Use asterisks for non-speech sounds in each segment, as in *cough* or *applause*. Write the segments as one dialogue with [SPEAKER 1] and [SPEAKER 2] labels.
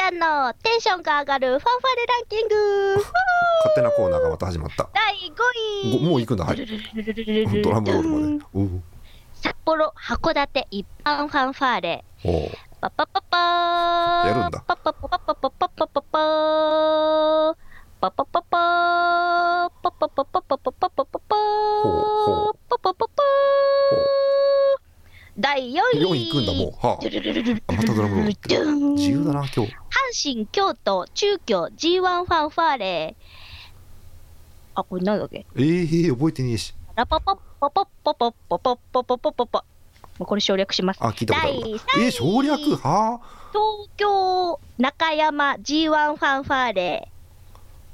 [SPEAKER 1] ゃんのテンションが上がるファンファレランキング
[SPEAKER 2] 勝手なコーナーがまた始まった
[SPEAKER 1] 第5
[SPEAKER 2] ご
[SPEAKER 1] 位
[SPEAKER 2] もう行くんだはい
[SPEAKER 1] *laughs*
[SPEAKER 2] ドラムロールまでおう
[SPEAKER 1] 札幌函館一般ファンファーレ
[SPEAKER 2] おう
[SPEAKER 1] パパパパー
[SPEAKER 2] やるんだ
[SPEAKER 1] パパパパパパパパパパーパパパパーパパパパパパパパパパ
[SPEAKER 2] ほう
[SPEAKER 1] ー
[SPEAKER 2] ほう
[SPEAKER 1] パパパパー第4位
[SPEAKER 2] 4位行くんだも
[SPEAKER 1] *laughs*
[SPEAKER 2] うはあまたドラムロール
[SPEAKER 1] ドゥーン
[SPEAKER 2] 自由だな今日
[SPEAKER 1] 阪神、京都、中京、G1 ファンファーレあ、これなんだっけ
[SPEAKER 2] えー、覚えてねえし
[SPEAKER 1] ラパパパパパパパパパパパパパもうこれ省略します。
[SPEAKER 2] あ聞いたことあるわ
[SPEAKER 1] 第3位
[SPEAKER 2] えー、省略はあ
[SPEAKER 1] 東京、中山、G1 ファンファーレ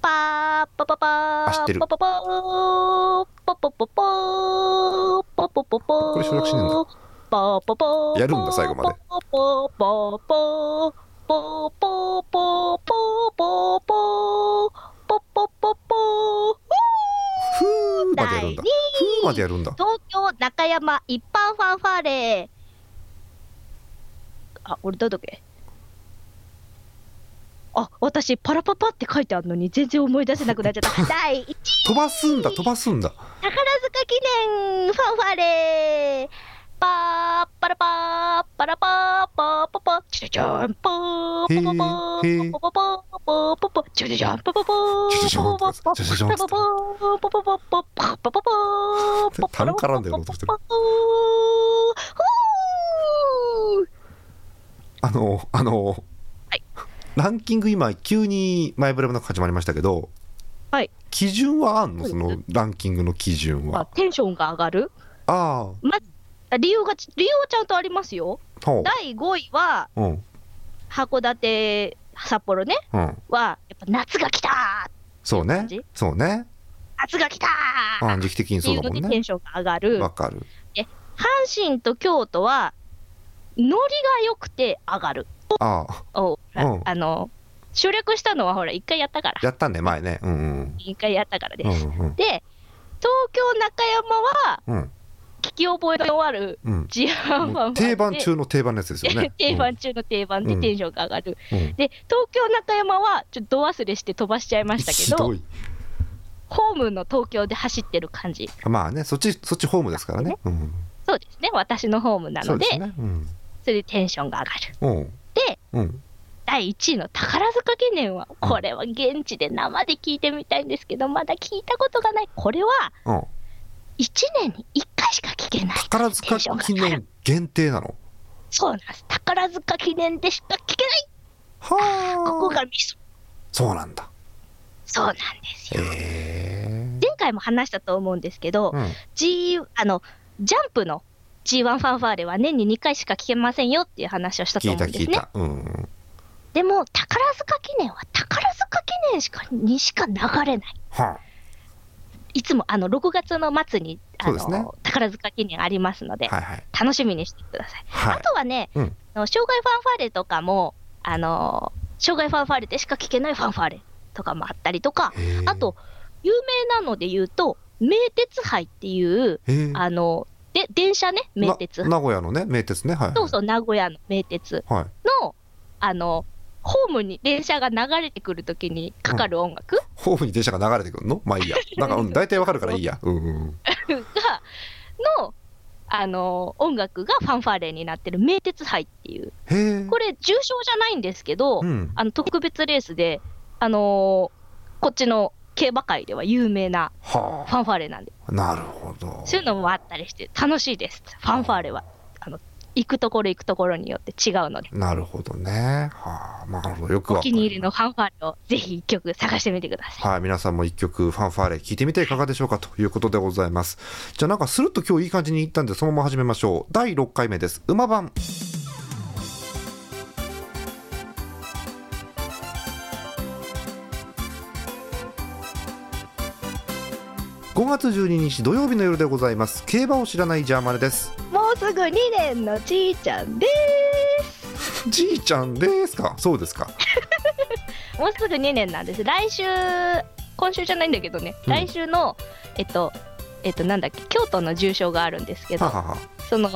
[SPEAKER 1] パーパパパ
[SPEAKER 2] あ知って
[SPEAKER 1] ー
[SPEAKER 2] る
[SPEAKER 1] パパパーパパパパーパパパパー
[SPEAKER 2] これ省略しねえんだ
[SPEAKER 1] パーパパー
[SPEAKER 2] やるんだ最後まで
[SPEAKER 1] パーパーパーパーパーパーパーパーパーパーパーパーパーパー
[SPEAKER 2] ふーまでやるん
[SPEAKER 1] 第
[SPEAKER 2] だふーまでやるんだ
[SPEAKER 1] 東京中山一般ファンファーレあ俺どうだっけあ私パラパパって書いてあるのに全然思い出せなくなっちゃった第1位
[SPEAKER 2] 飛ばすんだ飛ばすんだ
[SPEAKER 1] 宝塚記念ファンファーレパーパラパーパラパーパーパパチュチュチュンパーパパパ
[SPEAKER 2] へ
[SPEAKER 1] ー
[SPEAKER 2] ー
[SPEAKER 1] パパパーパパパチュチュチュンパパパー
[SPEAKER 2] ちょちょちょ
[SPEAKER 1] パパパ
[SPEAKER 2] ちょちょちょ
[SPEAKER 1] パパパーパパパパパパパパー
[SPEAKER 2] タン絡んでる音してる
[SPEAKER 1] パパパーふー
[SPEAKER 2] あのあの、
[SPEAKER 1] はい
[SPEAKER 2] ランキング今急に前触れもなく始まりましたけど
[SPEAKER 1] はい
[SPEAKER 2] 基準はあんの
[SPEAKER 1] そう
[SPEAKER 2] そ
[SPEAKER 1] です
[SPEAKER 2] のランキングの基準
[SPEAKER 1] まあ
[SPEAKER 2] は
[SPEAKER 1] テンションが上がる
[SPEAKER 2] あ
[SPEAKER 1] まずあ理由がち理由はちゃんとありますよ
[SPEAKER 2] あほ
[SPEAKER 1] 第5位は
[SPEAKER 2] ううん
[SPEAKER 1] 函館札幌ね
[SPEAKER 2] うん
[SPEAKER 1] はやっぱ夏が来たー
[SPEAKER 2] そう
[SPEAKER 1] 感
[SPEAKER 2] ね
[SPEAKER 1] じ
[SPEAKER 2] そうね
[SPEAKER 1] 夏が来たー
[SPEAKER 2] あ時期的に
[SPEAKER 1] って
[SPEAKER 2] そ
[SPEAKER 1] いうう
[SPEAKER 2] だ
[SPEAKER 1] ので
[SPEAKER 2] もん
[SPEAKER 1] テ
[SPEAKER 2] ね
[SPEAKER 1] ンションが上がる、
[SPEAKER 2] わかる
[SPEAKER 1] 阪神と京都はノリが良くて上がる
[SPEAKER 2] ああ
[SPEAKER 1] お、
[SPEAKER 2] うん
[SPEAKER 1] あの省略したのはほら一回やったから
[SPEAKER 2] やったね前ねうんうん
[SPEAKER 1] 一回やったからで、
[SPEAKER 2] うん
[SPEAKER 1] す
[SPEAKER 2] うん
[SPEAKER 1] で東京中山は
[SPEAKER 2] うん
[SPEAKER 1] 聞き覚えのある
[SPEAKER 2] うん
[SPEAKER 1] 自販
[SPEAKER 2] も
[SPEAKER 1] は
[SPEAKER 2] う定番中の定番のやつですよね
[SPEAKER 1] *laughs* 定番中の定番でテンションが上がる、
[SPEAKER 2] うんうん
[SPEAKER 1] で東京中山はちょっとど忘れして飛ばしちゃいました
[SPEAKER 2] ひ
[SPEAKER 1] け
[SPEAKER 2] ど
[SPEAKER 1] ど
[SPEAKER 2] い
[SPEAKER 1] ホームの東京で走ってる感じ
[SPEAKER 2] まあねそっちそっちホームですからねうん
[SPEAKER 1] そうですね私のホームな
[SPEAKER 2] そ
[SPEAKER 1] の
[SPEAKER 2] う
[SPEAKER 1] で
[SPEAKER 2] ですねうん
[SPEAKER 1] それでテンションが上がる。
[SPEAKER 2] うん
[SPEAKER 1] で、
[SPEAKER 2] うん
[SPEAKER 1] 第1位の宝塚記念は、これは現地で生で聞いてみたいんですけど、まだ聞いたことがない。これは
[SPEAKER 2] うん
[SPEAKER 1] 1年に1回しか聞けない。
[SPEAKER 2] 宝塚記念限定なの
[SPEAKER 1] そうなんです。宝塚記念でしか聞けない。
[SPEAKER 2] はあ
[SPEAKER 1] ここがミソ。
[SPEAKER 2] そうなんだ
[SPEAKER 1] そうなんですよ。
[SPEAKER 2] へえ
[SPEAKER 1] 前回も話したと思うんですけど、
[SPEAKER 2] うん
[SPEAKER 1] G、あの、ジャンプの G1 ファンファーレは年に2回しか聞けませんよっていう話をしたと
[SPEAKER 2] 聞い
[SPEAKER 1] 思う
[SPEAKER 2] た
[SPEAKER 1] んで
[SPEAKER 2] 聞い
[SPEAKER 1] すね。
[SPEAKER 2] たうん
[SPEAKER 1] でも、宝塚記念は宝塚記念しかにしか流れない。
[SPEAKER 2] はい
[SPEAKER 1] つもあの6月の末にあの、
[SPEAKER 2] そうですね
[SPEAKER 1] 宝塚記念ありますので、
[SPEAKER 2] いはいはい
[SPEAKER 1] 楽しみにしてください。
[SPEAKER 2] は
[SPEAKER 1] あとはね、
[SPEAKER 2] うん
[SPEAKER 1] あの障害ファンファーレとかも、あの障害ファンファーレでしか聞けないファンファーレとかもあったりとか、
[SPEAKER 2] いへえ
[SPEAKER 1] あと、有名なので言うと、名鉄杯っていう、
[SPEAKER 2] へえ
[SPEAKER 1] あので電車ね、名鉄
[SPEAKER 2] な名古屋のね名鉄ねはい
[SPEAKER 1] そうそう、名古屋の名鉄
[SPEAKER 2] はい
[SPEAKER 1] の、あのホームに電車が流れてくるときにかかる音楽、
[SPEAKER 2] ホームに電車が流れてくるのま
[SPEAKER 1] *laughs*
[SPEAKER 2] あいいやなんかうん大体わかるからいいやうんうん
[SPEAKER 1] がのあの音楽がファンファーレになってる名鉄杯っていう
[SPEAKER 2] へえ
[SPEAKER 1] これ重賞じゃないんですけど、
[SPEAKER 2] うん
[SPEAKER 1] あの特別レースであのーこっちの競馬界では有名な
[SPEAKER 2] は
[SPEAKER 1] ファンファーレなんで
[SPEAKER 2] あなるほど
[SPEAKER 1] そういうのもあったりして楽しいですファンファーレはあの行くところ行くところによって違うので
[SPEAKER 2] なるほどねはあまあなるほどよく
[SPEAKER 1] お
[SPEAKER 2] わか
[SPEAKER 1] 気に入りのファンファーレをぜひ一曲探してみてください
[SPEAKER 2] はい、皆さんも一曲ファンファーレ聞いてみていかがでしょうかということでございます。じゃあなんかスルッと今日いい感じにいったんでそのまま始めましょう。第6回目です。馬番。5月12日土曜日の夜でございます。競馬を知らないジャーマネです。
[SPEAKER 1] もうすぐ2年のちいちゃんで
[SPEAKER 2] じいちゃんですか。そうですか。
[SPEAKER 1] すもうすぐ2年なんです来週今週じゃないんだけどね
[SPEAKER 2] うん
[SPEAKER 1] 来週の、えっとえっとなんだっけ京都の重賞があるんですけど
[SPEAKER 2] ははは。
[SPEAKER 1] その、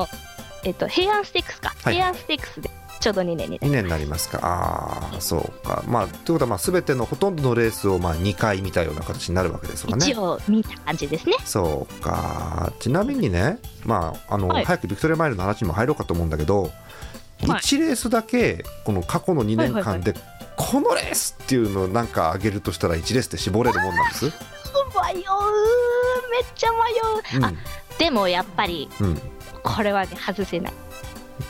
[SPEAKER 1] えっと、平安ステークスか、
[SPEAKER 2] はい
[SPEAKER 1] 平安ステークスでちょうど2年にな
[SPEAKER 2] 2
[SPEAKER 1] り
[SPEAKER 2] 年になりますかああそうかまあということはまあ全てのほとんどのレースをまあ2回見たような形になるわけですか
[SPEAKER 1] ます一
[SPEAKER 2] ね
[SPEAKER 1] 応見た感じですね
[SPEAKER 2] そうかちなみにねまああの、
[SPEAKER 1] はい
[SPEAKER 2] 早くビクトリアマイルの話にも入ろうかと思うんだけど、
[SPEAKER 1] はい
[SPEAKER 2] 1レースだけこの過去の2年間で、このレースっていうのをなんか上げるとしたら1レースって絞れるもんなんです、
[SPEAKER 1] 迷うめっちゃ迷う、あでもやっぱり
[SPEAKER 2] うんうん
[SPEAKER 1] これはね外せない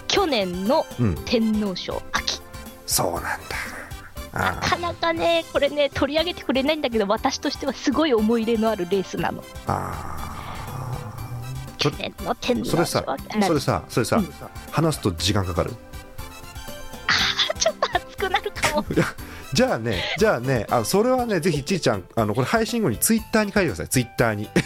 [SPEAKER 1] 去年の
[SPEAKER 2] うん
[SPEAKER 1] 天皇賞秋
[SPEAKER 2] そうなんだあ
[SPEAKER 1] なかなかねこれね取り上げてくれないんだけど私としてはすごい思い入れのあるレースなの
[SPEAKER 2] ーあ
[SPEAKER 1] 去年の天
[SPEAKER 2] ーそ
[SPEAKER 1] 皇
[SPEAKER 2] れ
[SPEAKER 1] 賞
[SPEAKER 2] さ
[SPEAKER 1] 秋な
[SPEAKER 2] そ
[SPEAKER 1] んか
[SPEAKER 2] れさそれさ、
[SPEAKER 1] うん
[SPEAKER 2] 話すと時間かかる
[SPEAKER 1] ちょっと熱くなるか
[SPEAKER 2] *laughs*
[SPEAKER 1] も
[SPEAKER 2] じゃあね、じゃあね、あそれはね、ぜひちいちゃん、あのこれ配信後にツイッターに書いてください、ツイッターに。 *laughs*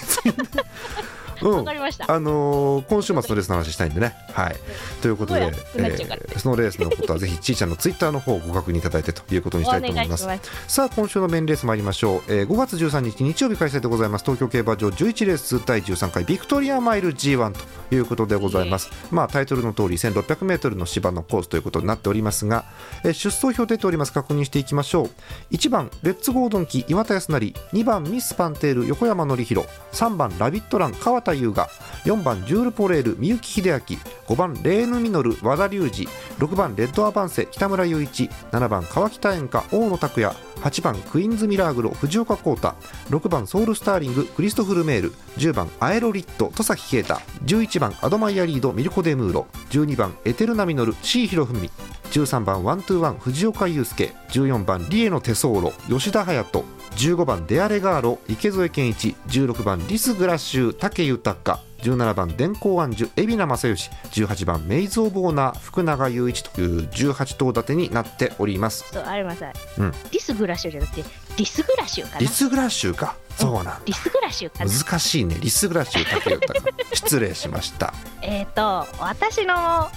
[SPEAKER 2] う
[SPEAKER 1] わ
[SPEAKER 2] ん
[SPEAKER 1] か、りました
[SPEAKER 2] あのー今週末のレースの話したいんでね。はい、ということで、
[SPEAKER 1] そうやなっちゃうから
[SPEAKER 2] ーそのレースのことは、ぜひちいちゃんのツイッターの方をご確認いただいてということにしたいと思います。
[SPEAKER 1] お願い
[SPEAKER 2] さあ今週のメインレース参りましょう、えー5月13日日曜日開催でございます東京競馬場11レース第13回ビクトリアマイル G1 ということでございます、まあタイトルの通り 1600m の芝のコースということになっておりますが、えー出走表出ております確認していきましょう1番レッツゴードンキ岩田康成2番ミスパンテール横山典弘3番ラビットラン川田優雅4番ジュールポレール三幸秀明5番レーヌミノル和田隆二6番レッドアバンセ北村雄一7番川北演歌大野拓也8番クイーンズミラーグロ藤岡浩太6番ソウルスターリングクリストフルメール10番アエロリット戸崎啓太11番アドマイヤリードミルコ・デ・ムーロ12番エテルナミノルシーヒロフミ13番ワントゥーワン藤岡祐介14番リエの手相路吉田隼人15番デアレガーロ池添健一16番リス・グラッシュ武豊17番電光安寿海老名正義18番メイズ・オブ・オーナー福永雄一という18頭立てになっております
[SPEAKER 1] そうあれまさ、
[SPEAKER 2] うん
[SPEAKER 1] リスグラシュじゃなくてリスグラシュかな
[SPEAKER 2] リス・グラッシュかそうなんだ
[SPEAKER 1] リスグラシュかな
[SPEAKER 2] 難しいねリス・グラッシュ武豊失礼しました
[SPEAKER 1] えっ、と私の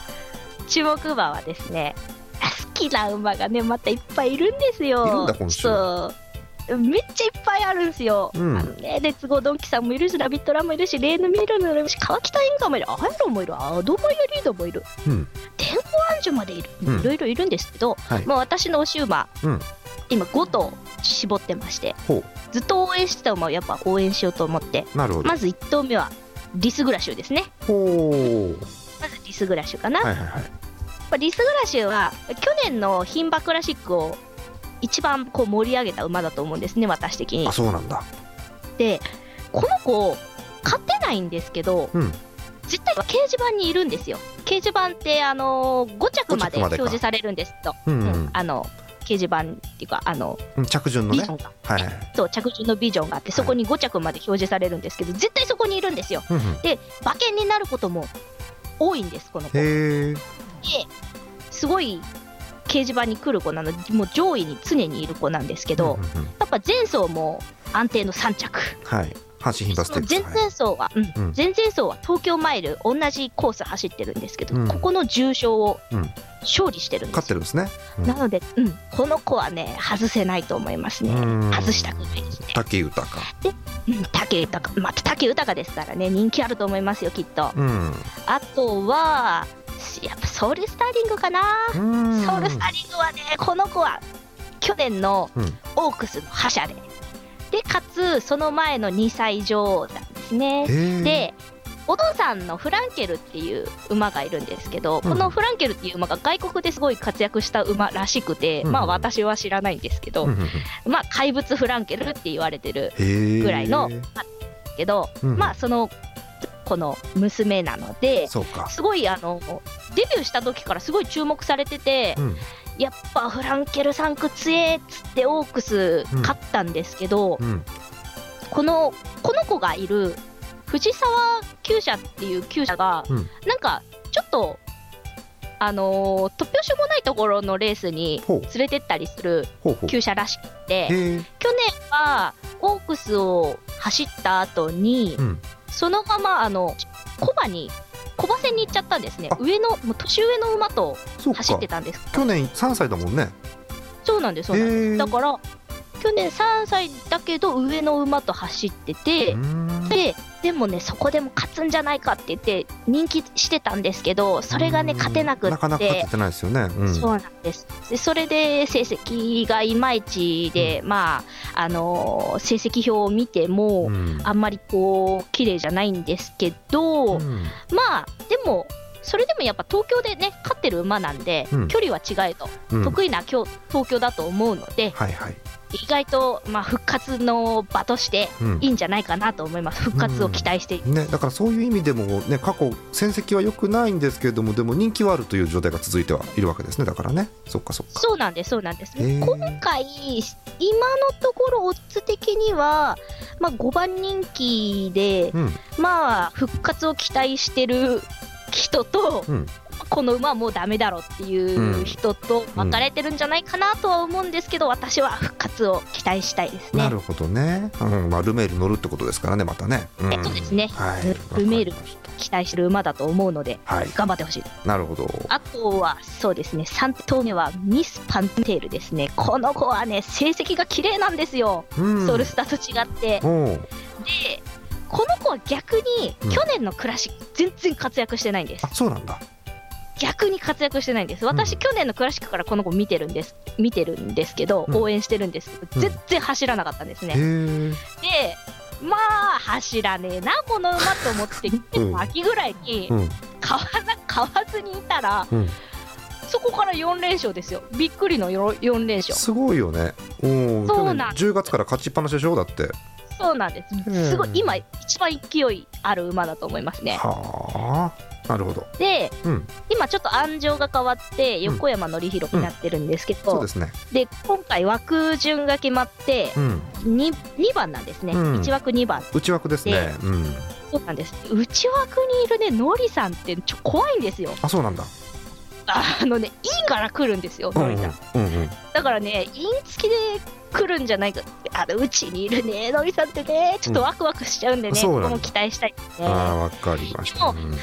[SPEAKER 1] 注目馬はですね好きな馬がねまたいっぱいいるんですよ
[SPEAKER 2] いるんだ今週
[SPEAKER 1] そうめっちゃいっぱいあるんですよ、
[SPEAKER 2] うん
[SPEAKER 1] あのねレッツゴードンキさんもいるしラビットランもいるしレーヌ・ミルヌもいるし川北インカもいるアイロンもいるアドマイヤリードもいる
[SPEAKER 2] うん
[SPEAKER 1] 天候安寿までいる
[SPEAKER 2] うん
[SPEAKER 1] いろいろいるんですけど、
[SPEAKER 2] はい
[SPEAKER 1] まあ、私の推し馬、
[SPEAKER 2] うん
[SPEAKER 1] 今5頭絞ってまして
[SPEAKER 2] ほ
[SPEAKER 1] ずっと応援してた馬をやっぱ応援しようと思って
[SPEAKER 2] うなるほど
[SPEAKER 1] まず1頭目はリスグラシュですね
[SPEAKER 2] ほ
[SPEAKER 1] まずリスグラシュかな、
[SPEAKER 2] うはいはいはい
[SPEAKER 1] まあリスグラシュは去年の牝馬クラシックを一番こう盛り上げた馬だと思うんですね私的に
[SPEAKER 2] あそうなんだ
[SPEAKER 1] でこの子勝てないんですけど、
[SPEAKER 2] うん
[SPEAKER 1] 絶対掲示板にいるんですよ掲示板ってあのー5着まで
[SPEAKER 2] 5着ま
[SPEAKER 1] 表
[SPEAKER 2] でか
[SPEAKER 1] 示されるんですと、
[SPEAKER 2] うん、
[SPEAKER 1] うんあの掲示板っていうかあの
[SPEAKER 2] うん、着順の
[SPEAKER 1] ビ
[SPEAKER 2] ね
[SPEAKER 1] ジョンが
[SPEAKER 2] はいはい
[SPEAKER 1] そう着順のビジョンがあってそこに5着まで表示されるんですけど絶対そこにいるんですよ
[SPEAKER 2] うんうん
[SPEAKER 1] で馬券になることも多いんですこの子
[SPEAKER 2] へえ
[SPEAKER 1] ですごい掲示板に来る子なのでもう上位に常にいる子なんですけど、
[SPEAKER 2] うんうんうん
[SPEAKER 1] やっぱ前走も安定の3着
[SPEAKER 2] はい阪神牝馬ス
[SPEAKER 1] そ
[SPEAKER 2] テ
[SPEAKER 1] の
[SPEAKER 2] ー
[SPEAKER 1] 前
[SPEAKER 2] クスはい
[SPEAKER 1] 々走は、うん
[SPEAKER 2] うん
[SPEAKER 1] 前々走は東京マイル同じコース走ってるんですけど、
[SPEAKER 2] うん
[SPEAKER 1] ここの重賞を
[SPEAKER 2] うん
[SPEAKER 1] 勝利してるんで
[SPEAKER 2] 勝っ
[SPEAKER 1] す
[SPEAKER 2] て
[SPEAKER 1] よ、
[SPEAKER 2] るんですねうん
[SPEAKER 1] なので、うん、この子はね外せないと思いますね、
[SPEAKER 2] うん
[SPEAKER 1] 外したくないですね、
[SPEAKER 2] 竹豊か
[SPEAKER 1] うん、武豊また武豊ですからね人気あると思いますよきっと
[SPEAKER 2] うん
[SPEAKER 1] あとはやっぱソウルスターリングかな
[SPEAKER 2] うん
[SPEAKER 1] ソウルスターリングはね、この子は去年の
[SPEAKER 2] うん
[SPEAKER 1] オークスの覇者で、でかつその前の2歳女王なんですね。
[SPEAKER 2] へえ
[SPEAKER 1] で、お父さんのフランケルっていう馬がいるんですけど、
[SPEAKER 2] うん
[SPEAKER 1] このフランケルっていう馬が外国ですごい活躍した馬らしくて、
[SPEAKER 2] うん
[SPEAKER 1] まあ私は知らないんですけど、
[SPEAKER 2] うんうんうん
[SPEAKER 1] まあ怪物フランケルって言われてる
[SPEAKER 2] へえ
[SPEAKER 1] ぐらいのけど、
[SPEAKER 2] うん
[SPEAKER 1] まあそのこの娘なので、
[SPEAKER 2] そうか
[SPEAKER 1] すごいあのデビューした時からすごい注目されてて
[SPEAKER 2] う、ん
[SPEAKER 1] やっぱフランケルさんく強えっつってオークス勝ったんですけど、
[SPEAKER 2] うん
[SPEAKER 1] このこの子がいる藤沢厩舎っていう厩舎が、
[SPEAKER 2] うん
[SPEAKER 1] なんかちょっとあのー突拍子もないところのレースに
[SPEAKER 2] ほう
[SPEAKER 1] 連れてったりする
[SPEAKER 2] ほうほうへ
[SPEAKER 1] 厩舎らしくて
[SPEAKER 2] え
[SPEAKER 1] 去年はオークスを走った後に、
[SPEAKER 2] うん
[SPEAKER 1] そのままあのコバにコバ戦に行っちゃったんですね
[SPEAKER 2] あ
[SPEAKER 1] 上のもう年上の馬と
[SPEAKER 2] そうか
[SPEAKER 1] 走ってたんです
[SPEAKER 2] 去年3歳だもんね
[SPEAKER 1] そうなんですそうなんです
[SPEAKER 2] へえ
[SPEAKER 1] だから去年3歳だけど上の馬と走ってて、
[SPEAKER 2] うん
[SPEAKER 1] ででもねそこでも勝つんじゃないかって言って人気してたんですけどそれがね勝てなくって
[SPEAKER 2] なかなか勝ててないですよね。うん
[SPEAKER 1] そうなんですでそれで成績がいまいちで、まああのー成績表を見ても、
[SPEAKER 2] うん
[SPEAKER 1] あんまりこう綺麗じゃないんですけど、
[SPEAKER 2] うん
[SPEAKER 1] まあでもそれでもやっぱ東京でね勝ってる馬なんで、
[SPEAKER 2] うん
[SPEAKER 1] 距離は違えと、
[SPEAKER 2] うん
[SPEAKER 1] 得意な今日東京だと思うので
[SPEAKER 2] はいはい。
[SPEAKER 1] 意外と、まあ、復活の場として
[SPEAKER 2] うん
[SPEAKER 1] いいんじゃないかなと思います復活を期待して、
[SPEAKER 2] ね、だからそういう意味でも、ね、過去、戦績は良くないんですけれども、でも人気はあるという状態が続いてはいるわけですね、だからね、そっかそっか。
[SPEAKER 1] そうなんですそうなんです、
[SPEAKER 2] へー
[SPEAKER 1] 今回今のところオッズ的には、まあ、5番人気で、
[SPEAKER 2] うん、
[SPEAKER 1] まあ復活を期待してる人と、
[SPEAKER 2] うん
[SPEAKER 1] この馬はもうダメだろっていう人と分かれてるんじゃないかなとは思うんですけど、私は復活を期待したいですね
[SPEAKER 2] なるほどね、うんまあ、ルメール乗るってことですからね、またね。うん
[SPEAKER 1] そうですね
[SPEAKER 2] はい、
[SPEAKER 1] ルルメール
[SPEAKER 2] わかりまし
[SPEAKER 1] 期待してる馬だと思うので
[SPEAKER 2] たはい、
[SPEAKER 1] 頑張ってほしい
[SPEAKER 2] なるほど。
[SPEAKER 1] あとはそうですね3頭目はミス・パンテールですねこの子はね成績が綺麗なんですよ、
[SPEAKER 2] うん
[SPEAKER 1] ソルスタと違って
[SPEAKER 2] おう
[SPEAKER 1] でこの子は逆に、
[SPEAKER 2] うん
[SPEAKER 1] 去年のクラシック全然活躍してないんです
[SPEAKER 2] あそうなんだ。
[SPEAKER 1] 逆に活躍してないんです
[SPEAKER 2] う
[SPEAKER 1] 私、
[SPEAKER 2] ん
[SPEAKER 1] 去年のクラシックからこの子見てるんです見てるんですけど、
[SPEAKER 2] うん
[SPEAKER 1] 応援してるんですけど
[SPEAKER 2] うん
[SPEAKER 1] 全然走らなかったんです
[SPEAKER 2] へ
[SPEAKER 1] ね、
[SPEAKER 2] え。
[SPEAKER 1] でまあ走らねえなこの馬と思って、
[SPEAKER 2] うん
[SPEAKER 1] 秋ぐらいに
[SPEAKER 2] うん
[SPEAKER 1] 買わな買わずにいたら
[SPEAKER 2] うん、
[SPEAKER 1] そこから4連勝ですよびっくりのよ4連勝
[SPEAKER 2] すごいよね。おお、
[SPEAKER 1] そう
[SPEAKER 2] 去
[SPEAKER 1] な
[SPEAKER 2] 年
[SPEAKER 1] ん
[SPEAKER 2] 10月から勝ちっぱなしでしょだって。
[SPEAKER 1] そうなんです、
[SPEAKER 2] ん
[SPEAKER 1] すごい今一番勢いある馬だと思いますね
[SPEAKER 2] はあ、なるほど。
[SPEAKER 1] で、
[SPEAKER 2] うん
[SPEAKER 1] 今ちょっと安城が変わって横山典弘になってるんですけど、
[SPEAKER 2] そうですね。
[SPEAKER 1] で今回枠順が決まって、
[SPEAKER 2] うん、
[SPEAKER 1] 2, 2番なんですね、
[SPEAKER 2] うん
[SPEAKER 1] 1枠2番
[SPEAKER 2] 内枠ですね。うん、
[SPEAKER 1] そうなんです内枠にいるねノリさんってちょ怖いんですよ
[SPEAKER 2] あそうなんだ。
[SPEAKER 1] あのねインから来るんですよ
[SPEAKER 2] うん
[SPEAKER 1] ノリ
[SPEAKER 2] うん
[SPEAKER 1] さん、
[SPEAKER 2] うんうん。
[SPEAKER 1] だからねイン付きで来るんじゃないかあのうちにいるねノリさんってねちょっとワクワクしちゃうんでね、
[SPEAKER 2] うんそうな
[SPEAKER 1] こ
[SPEAKER 2] んだ
[SPEAKER 1] こも期待したいですね
[SPEAKER 2] ああわかりまし
[SPEAKER 1] で
[SPEAKER 2] た。
[SPEAKER 1] も
[SPEAKER 2] うん
[SPEAKER 1] で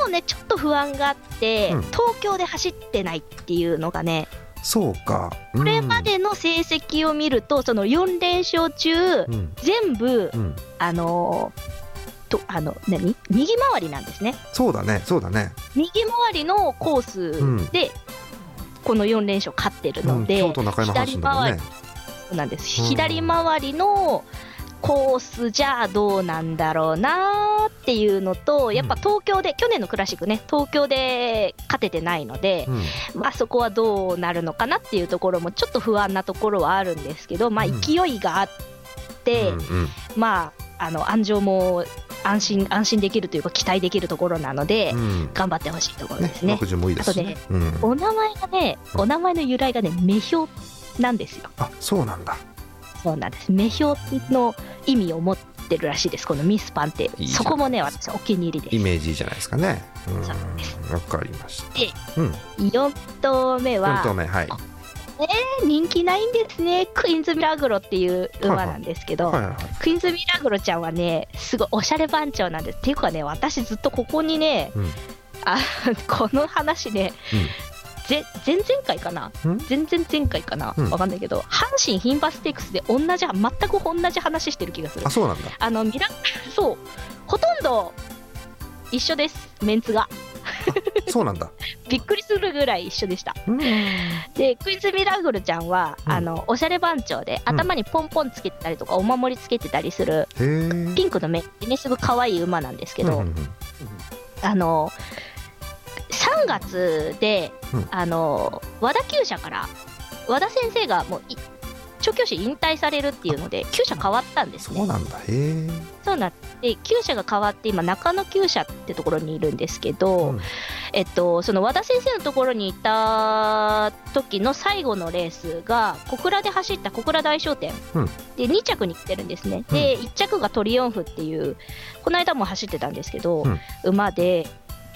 [SPEAKER 1] もねちょっと不安があって、
[SPEAKER 2] うん
[SPEAKER 1] 東京で走ってないっていうのがね
[SPEAKER 2] そうか。こ
[SPEAKER 1] これまでの成績を見るとその4連勝中
[SPEAKER 2] うん
[SPEAKER 1] 全部
[SPEAKER 2] うん、
[SPEAKER 1] あのーとあの何右回りなんですね
[SPEAKER 2] そうだね、そうだね。
[SPEAKER 1] 右回りのコースで、この4連勝勝ってる
[SPEAKER 2] う
[SPEAKER 1] の
[SPEAKER 2] ん、
[SPEAKER 1] で、
[SPEAKER 2] 京都中山阪神だもんね。
[SPEAKER 1] そうなんです
[SPEAKER 2] うん
[SPEAKER 1] 左回りのコースじゃどうなんだろうなーっていうのとやっぱ東京で、去年のクラシックね東京で勝ててないので、
[SPEAKER 2] うん、
[SPEAKER 1] まあ、そこはどうなるのかなっていうところもちょっと不安なところはあるんですけど、まあ、
[SPEAKER 2] うん
[SPEAKER 1] 勢いがあって、
[SPEAKER 2] うんうん
[SPEAKER 1] まあ、あの安城も安心安心できるというか期待できるところなので、
[SPEAKER 2] うん
[SPEAKER 1] 頑張ってほしいところ
[SPEAKER 2] ね
[SPEAKER 1] ですね。
[SPEAKER 2] 枠順もいいですしね。うん、
[SPEAKER 1] お名前がね、お名前の由来がね、目標なんですよ。
[SPEAKER 2] あそうなんだ。
[SPEAKER 1] そうなんです。目標の意味を持ってるらしいです。このミスパンって
[SPEAKER 2] いいじゃん
[SPEAKER 1] そこもね、私お気に入り
[SPEAKER 2] イ
[SPEAKER 1] で
[SPEAKER 2] メージいいじゃないですかね。う、
[SPEAKER 1] そうん
[SPEAKER 2] わかりました。
[SPEAKER 1] で
[SPEAKER 2] うん、
[SPEAKER 1] す。四頭目
[SPEAKER 2] 4
[SPEAKER 1] は
[SPEAKER 2] 投目はい。は
[SPEAKER 1] 人気ないんですね。クイーンズミラグロっていう馬なんですけど。
[SPEAKER 2] いはいはい。
[SPEAKER 1] クイーンズミラグロちゃんはね、すごいおしゃれ番長なんです。っていうかね、私ずっとここにね、
[SPEAKER 2] うん
[SPEAKER 1] あこの話ね、
[SPEAKER 2] うん
[SPEAKER 1] ぜ前々回かな、
[SPEAKER 2] うん
[SPEAKER 1] 前々前回かな、
[SPEAKER 2] うん
[SPEAKER 1] わかんないけど、阪神牝馬ステークスで同じ、全く同じ話してる気がする
[SPEAKER 2] あ。そうなんだ。
[SPEAKER 1] あのミラそう、ほとんど一緒です、メンツが。
[SPEAKER 2] そうなんだ。
[SPEAKER 1] びっくりするぐらい一緒でした。
[SPEAKER 2] うん、
[SPEAKER 1] でクイズミラグルちゃんは、
[SPEAKER 2] うん
[SPEAKER 1] あのおしゃれ番長で
[SPEAKER 2] うん
[SPEAKER 1] 頭にポンポンつけてたりとか、お守りつけてたりする
[SPEAKER 2] へえ。
[SPEAKER 1] ピンクの目でねすごい可愛い馬なんですけど、
[SPEAKER 2] うんうんうん
[SPEAKER 1] あの3月で、
[SPEAKER 2] うん
[SPEAKER 1] あの和田厩舎から和田先生がもうい調教師引退されるっていうので厩舎変わったんです
[SPEAKER 2] そ
[SPEAKER 1] ね
[SPEAKER 2] うなんだ。へえ。
[SPEAKER 1] そうなって厩舎が変わって今中野厩舎ってところにいるんですけど、
[SPEAKER 2] うん
[SPEAKER 1] えっと、その和田先生のところにいた時の最後のレースが小倉で走った小倉大商店、
[SPEAKER 2] うん
[SPEAKER 1] で2着に来てるんですね、で1着がトリオンフっていうこの間も走ってたんですけど、
[SPEAKER 2] うん
[SPEAKER 1] 馬で、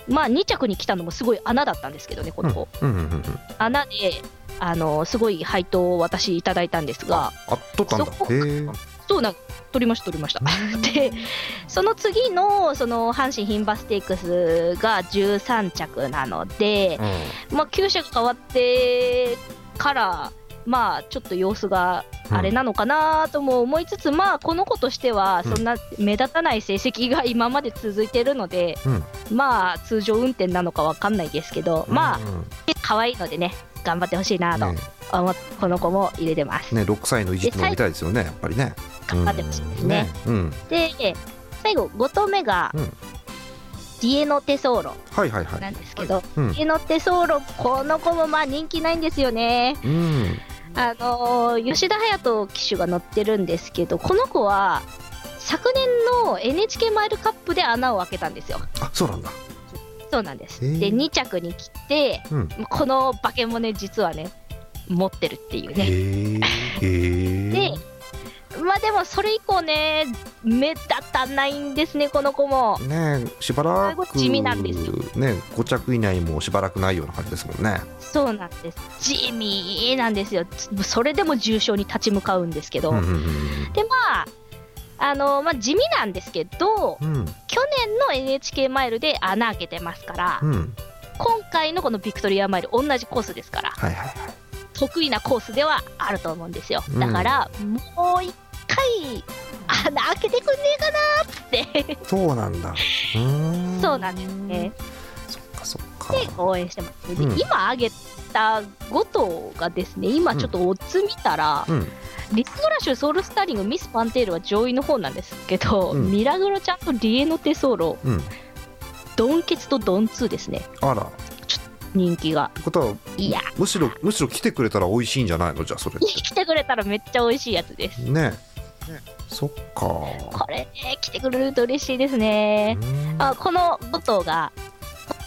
[SPEAKER 1] まあ、2着に来たのもすごい穴だったんですけどねこの子、
[SPEAKER 2] うんうんうんうん。
[SPEAKER 1] 穴であのすごい配当を私いただいたんですが
[SPEAKER 2] あ取ったんだ。
[SPEAKER 1] そこ
[SPEAKER 2] へえ。
[SPEAKER 1] そうなん取りました取りました *laughs* でその次のその阪神牝馬ステークスが13着なので、
[SPEAKER 2] うん
[SPEAKER 1] まあ、厩舎が変わってからまあちょっと様子が
[SPEAKER 2] うん
[SPEAKER 1] あれなのかなとも思いつつ、まあこの子としては
[SPEAKER 2] うん
[SPEAKER 1] そんな目立たない成績が今まで続いてるので、
[SPEAKER 2] うん
[SPEAKER 1] まあ通常運転なのかわかんないですけど、まあ
[SPEAKER 2] あ
[SPEAKER 1] 可愛いのでね頑張ってほしいなと
[SPEAKER 2] ね
[SPEAKER 1] 思っこの子も入れてます。
[SPEAKER 2] ね6歳のいじっても見たいですよねやっぱりね
[SPEAKER 1] 頑張ってほしいですね。
[SPEAKER 2] うんうん
[SPEAKER 1] で最後5頭目が、
[SPEAKER 2] うん
[SPEAKER 1] ディエノテソーロ
[SPEAKER 2] はいはいはい
[SPEAKER 1] なんですけど、
[SPEAKER 2] うん
[SPEAKER 1] ディエノテソーロこの子もまあ人気ないんですよね。
[SPEAKER 2] うん
[SPEAKER 1] あのー吉田隼人騎手が乗ってるんですけどこの子は昨年の NHK マイルカップで穴を開けたんですよ
[SPEAKER 2] あそうなんだ
[SPEAKER 1] そうなんです
[SPEAKER 2] へー
[SPEAKER 1] で2着に来て
[SPEAKER 2] うん
[SPEAKER 1] この馬券もね実はね持ってるっていう
[SPEAKER 2] へ
[SPEAKER 1] ね *laughs*
[SPEAKER 2] えへえ
[SPEAKER 1] でまあでもそれ以降ね目立たないんですねこの子も
[SPEAKER 2] ねしばらく
[SPEAKER 1] 地味なんですよ
[SPEAKER 2] ね5着以内もしばらくないような感じですもんね
[SPEAKER 1] そうなんです地味なんですよつそれでも重症に立ち向かうんですけど、
[SPEAKER 2] うん
[SPEAKER 1] でまああのーまあ、地味なんですけど、
[SPEAKER 2] うんうん
[SPEAKER 1] 去年の NHK マイルで穴開けてますから、
[SPEAKER 2] うんうん
[SPEAKER 1] 今回のこのビクトリアマイル同じコースですから
[SPEAKER 2] はいはいはい
[SPEAKER 1] *laughs* 得意なコースではあると思うんですよ
[SPEAKER 2] うん
[SPEAKER 1] だから、もう一回穴開けてくんねえかなって
[SPEAKER 2] そうなんだうーん
[SPEAKER 1] そうなんですね
[SPEAKER 2] そっかそっか
[SPEAKER 1] で応援してます、で
[SPEAKER 2] うん
[SPEAKER 1] 今挙げた5頭がですね今ちょっとオッズ見たら、
[SPEAKER 2] うん
[SPEAKER 1] リスグラシュソウルスターリングミス・パンテールは上位の方なんですけど、
[SPEAKER 2] うん
[SPEAKER 1] ミラグロちゃんとリエノテソーロ
[SPEAKER 2] うん
[SPEAKER 1] ドンケツとドンツーですね
[SPEAKER 2] あらっ
[SPEAKER 1] 人気が
[SPEAKER 2] てことはい
[SPEAKER 1] や
[SPEAKER 2] むしろむしろ来てくれたら美味しいんじゃないのじゃあそれっ
[SPEAKER 1] 来てくれたらめっちゃ美味しいやつです
[SPEAKER 2] てねそっか
[SPEAKER 1] これね来てくれると嬉しいです
[SPEAKER 2] う
[SPEAKER 1] ね、
[SPEAKER 2] ーん
[SPEAKER 1] あこの5頭が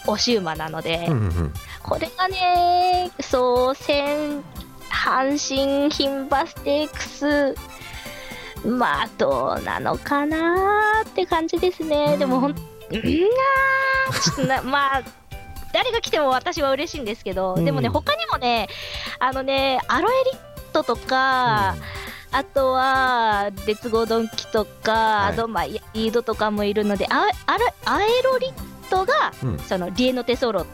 [SPEAKER 1] 押し馬なので、
[SPEAKER 2] うんうんうん
[SPEAKER 1] これがねそう先阪神牝馬ステークスまあどうなのかなーって感じですね、でもほんうんなーちょっとなまあ誰が来ても私は嬉しいんですけど、でもね
[SPEAKER 2] うん
[SPEAKER 1] 他にもねあのねアロエリットとか、あとは、劣後ドンキとか、あ
[SPEAKER 2] い
[SPEAKER 1] と、まあ、イードとかもいるので、ああらアエロリットが、
[SPEAKER 2] うん
[SPEAKER 1] そのリエノテソロ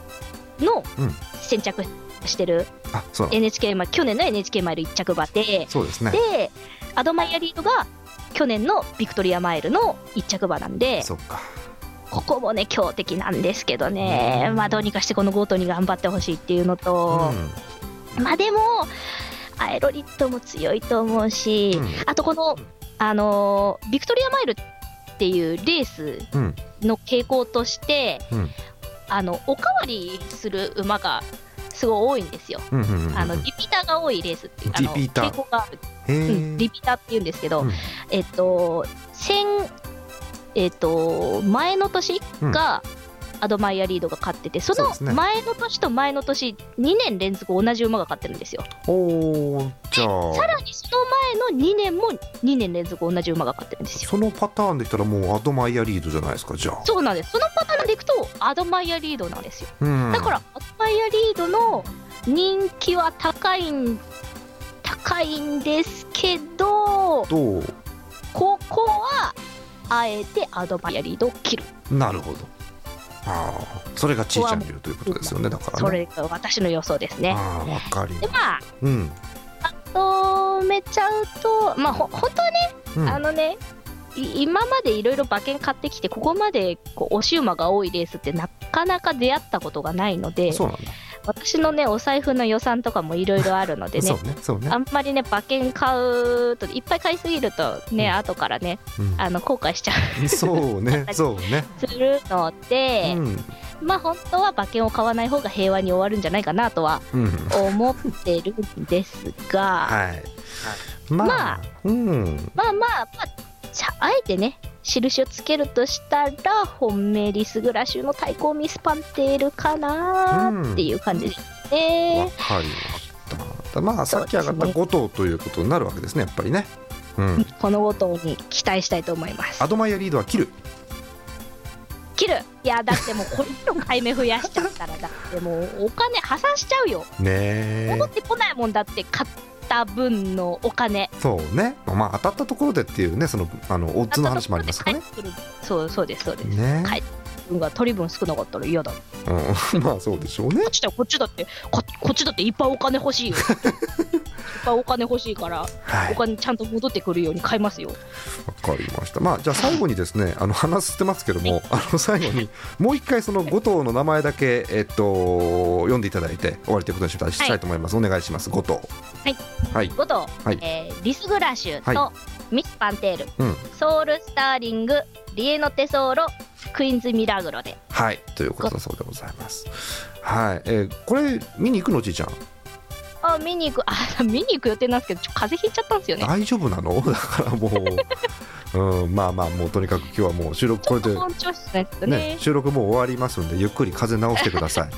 [SPEAKER 1] の
[SPEAKER 2] うん
[SPEAKER 1] 先着してる
[SPEAKER 2] あそうなんだ
[SPEAKER 1] NHK マイル、去年の NHK マイル1着馬で、
[SPEAKER 2] そうですね
[SPEAKER 1] で、アドマイアリードが去年のビクトリアマイルの1着馬なんで、
[SPEAKER 2] そっか
[SPEAKER 1] ここもね、強敵なんですけどね、まあ、どうにかしてこのゴートに頑張ってほしいっていうのと、まあでも、アエロリットも強いと思うし、
[SPEAKER 2] うん
[SPEAKER 1] あとこの、あのービクトリアマイルっていうレース
[SPEAKER 2] うん
[SPEAKER 1] の傾向として、
[SPEAKER 2] うん
[SPEAKER 1] あのおかわりする馬がすごい多いんですよ。
[SPEAKER 2] うんうんうんうん
[SPEAKER 1] あのリピーターが多いレースっていうあの
[SPEAKER 2] リピーター
[SPEAKER 1] 傾向がある、
[SPEAKER 2] へ
[SPEAKER 1] う
[SPEAKER 2] え
[SPEAKER 1] ん、リピーターっていうんですけど、
[SPEAKER 2] うん
[SPEAKER 1] えっと先えっと前の年が、アドマイアリードが勝っててそ
[SPEAKER 2] そうですね
[SPEAKER 1] の前の年と前の年2年連続同じ馬が勝ってるんですよ。
[SPEAKER 2] おーじゃあ
[SPEAKER 1] さらにその前の2年も2年連続同じ馬が勝ってるんですよ。
[SPEAKER 2] そのパターンできたらもうアドマイヤリードじゃないですかじゃあ
[SPEAKER 1] そうなんです。そのパターンでいくと、アドマイアリードなんですよ。
[SPEAKER 2] うん
[SPEAKER 1] だから、アドマイアリードの人気は高いん、高いんですけど、
[SPEAKER 2] どう
[SPEAKER 1] ここは、あえてアドマイアリードを切る。
[SPEAKER 2] なるほどああそれがちいちゃん流ということですよねだからね
[SPEAKER 1] それが私の予想ですね。
[SPEAKER 2] ああわかり
[SPEAKER 1] で、まあ、
[SPEAKER 2] うん
[SPEAKER 1] 止めちゃうと、まあ、ほ本当はね、
[SPEAKER 2] うん
[SPEAKER 1] あのね、い今までいろいろ馬券買ってきて、ここまでこう押し馬が多いレースってなかなか出会ったことがないので、
[SPEAKER 2] そうなんだ
[SPEAKER 1] 私のね、お財布の予算とかもいろいろあるのでね
[SPEAKER 2] そ、うねそうね
[SPEAKER 1] あんまりね、馬券買うと、いっぱい買いすぎるとね、後からね、
[SPEAKER 2] うん
[SPEAKER 1] あの後悔しちゃ
[SPEAKER 2] そう
[SPEAKER 1] *laughs*
[SPEAKER 2] ねそうね
[SPEAKER 1] うするので
[SPEAKER 2] う、ん
[SPEAKER 1] まあ本当は馬券を買わない方が平和に終わるんじゃないかなとは
[SPEAKER 2] うん
[SPEAKER 1] 思ってるんですが、
[SPEAKER 2] はいま
[SPEAKER 1] ま
[SPEAKER 2] あ
[SPEAKER 1] あ
[SPEAKER 2] うん
[SPEAKER 1] まあまあ、まあ、じゃああえてね印をつけるとしたら本命リスグラシュの対抗ミスパンテールかなーっていう感じです
[SPEAKER 2] わ
[SPEAKER 1] ね。
[SPEAKER 2] かりましたまあさっき上がった5頭ということになるわけですねやっぱりねうん
[SPEAKER 1] このごとに期待したいと思います
[SPEAKER 2] ア。ドマイヤリードは切る
[SPEAKER 1] 切るいやだってもうこれ以上買い目増やしちゃったらだってもうお金破産しちゃうよ。
[SPEAKER 2] ねえ
[SPEAKER 1] 戻ってこないもんだって買った分のお金。
[SPEAKER 2] そうねまあ当たったところでっていうねそのあのオッズの話もありますからね
[SPEAKER 1] 買ったところで返ってくるそうそうですそうです。
[SPEAKER 2] ね
[SPEAKER 1] 買分が取り分少なかったら嫌だ。こ
[SPEAKER 2] うん、まあそうでしょうね *laughs* *laughs*
[SPEAKER 1] っちだこっちだってここっちだっていっぱいお金欲しいよ。ぱいお金欲しいから、
[SPEAKER 2] はい
[SPEAKER 1] お金ちゃんと戻ってくるように買いますよ。
[SPEAKER 2] わかりました。まあ、じゃあ最後にですね、あの話してますけども、あの最後にもう一回その五島の名前だけえっと読んでいただいて終わりということにしたしたいと思います。お願いします。五島。
[SPEAKER 1] はい。
[SPEAKER 2] はい。
[SPEAKER 1] 5頭、
[SPEAKER 2] はい
[SPEAKER 1] えーリスグラシュと、
[SPEAKER 2] は
[SPEAKER 1] ミス・パンテール、
[SPEAKER 2] うん
[SPEAKER 1] ソウル・スターリング、リエノテ・ソーロ、クイーンズ・ミラグロで。
[SPEAKER 2] はい。ということだそうでございます。はい。えーこれ見に行くのおじいちゃん。
[SPEAKER 1] あ、見に行く、あ、 *laughs* 見に行く予定なんですけど、ちょ風邪ひいちゃったんですよね。
[SPEAKER 2] 大丈夫な
[SPEAKER 1] *laughs*
[SPEAKER 2] の？だからもう。うん、まあまあもうとにかく今日はもう収録これ
[SPEAKER 1] ちょっ
[SPEAKER 2] で
[SPEAKER 1] と本調子じゃないですかね。
[SPEAKER 2] ね収録もう終わりますのでゆっくり風邪直してくだ
[SPEAKER 1] *laughs*
[SPEAKER 2] さい。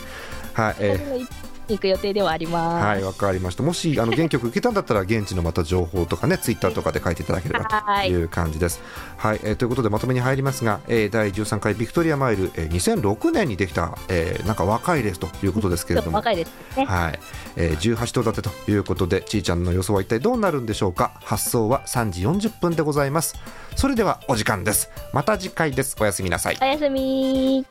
[SPEAKER 2] はい、えー
[SPEAKER 1] 私も行く予定ではあります。
[SPEAKER 2] はい、わかりました。もしあの原曲受けたんだったら現地のまた情報とかね、ツイッターとかで書いていただければ
[SPEAKER 1] は
[SPEAKER 2] と
[SPEAKER 1] い
[SPEAKER 2] いう感じです。はい、えーということでまとめに入りますが、えー第13回ビクトリアマイル、えー2006年にできた、えーなんか若いレースということですけ
[SPEAKER 1] ちょ
[SPEAKER 2] れ
[SPEAKER 1] っと
[SPEAKER 2] ども。
[SPEAKER 1] *laughs* 若いですね。
[SPEAKER 2] はい、えー18頭立てということでちーちゃんの予想は一体どうなるんでしょうか発送は3時40分でございますそれではお時間ですまた次回ですおやすみなさい
[SPEAKER 1] おやすみ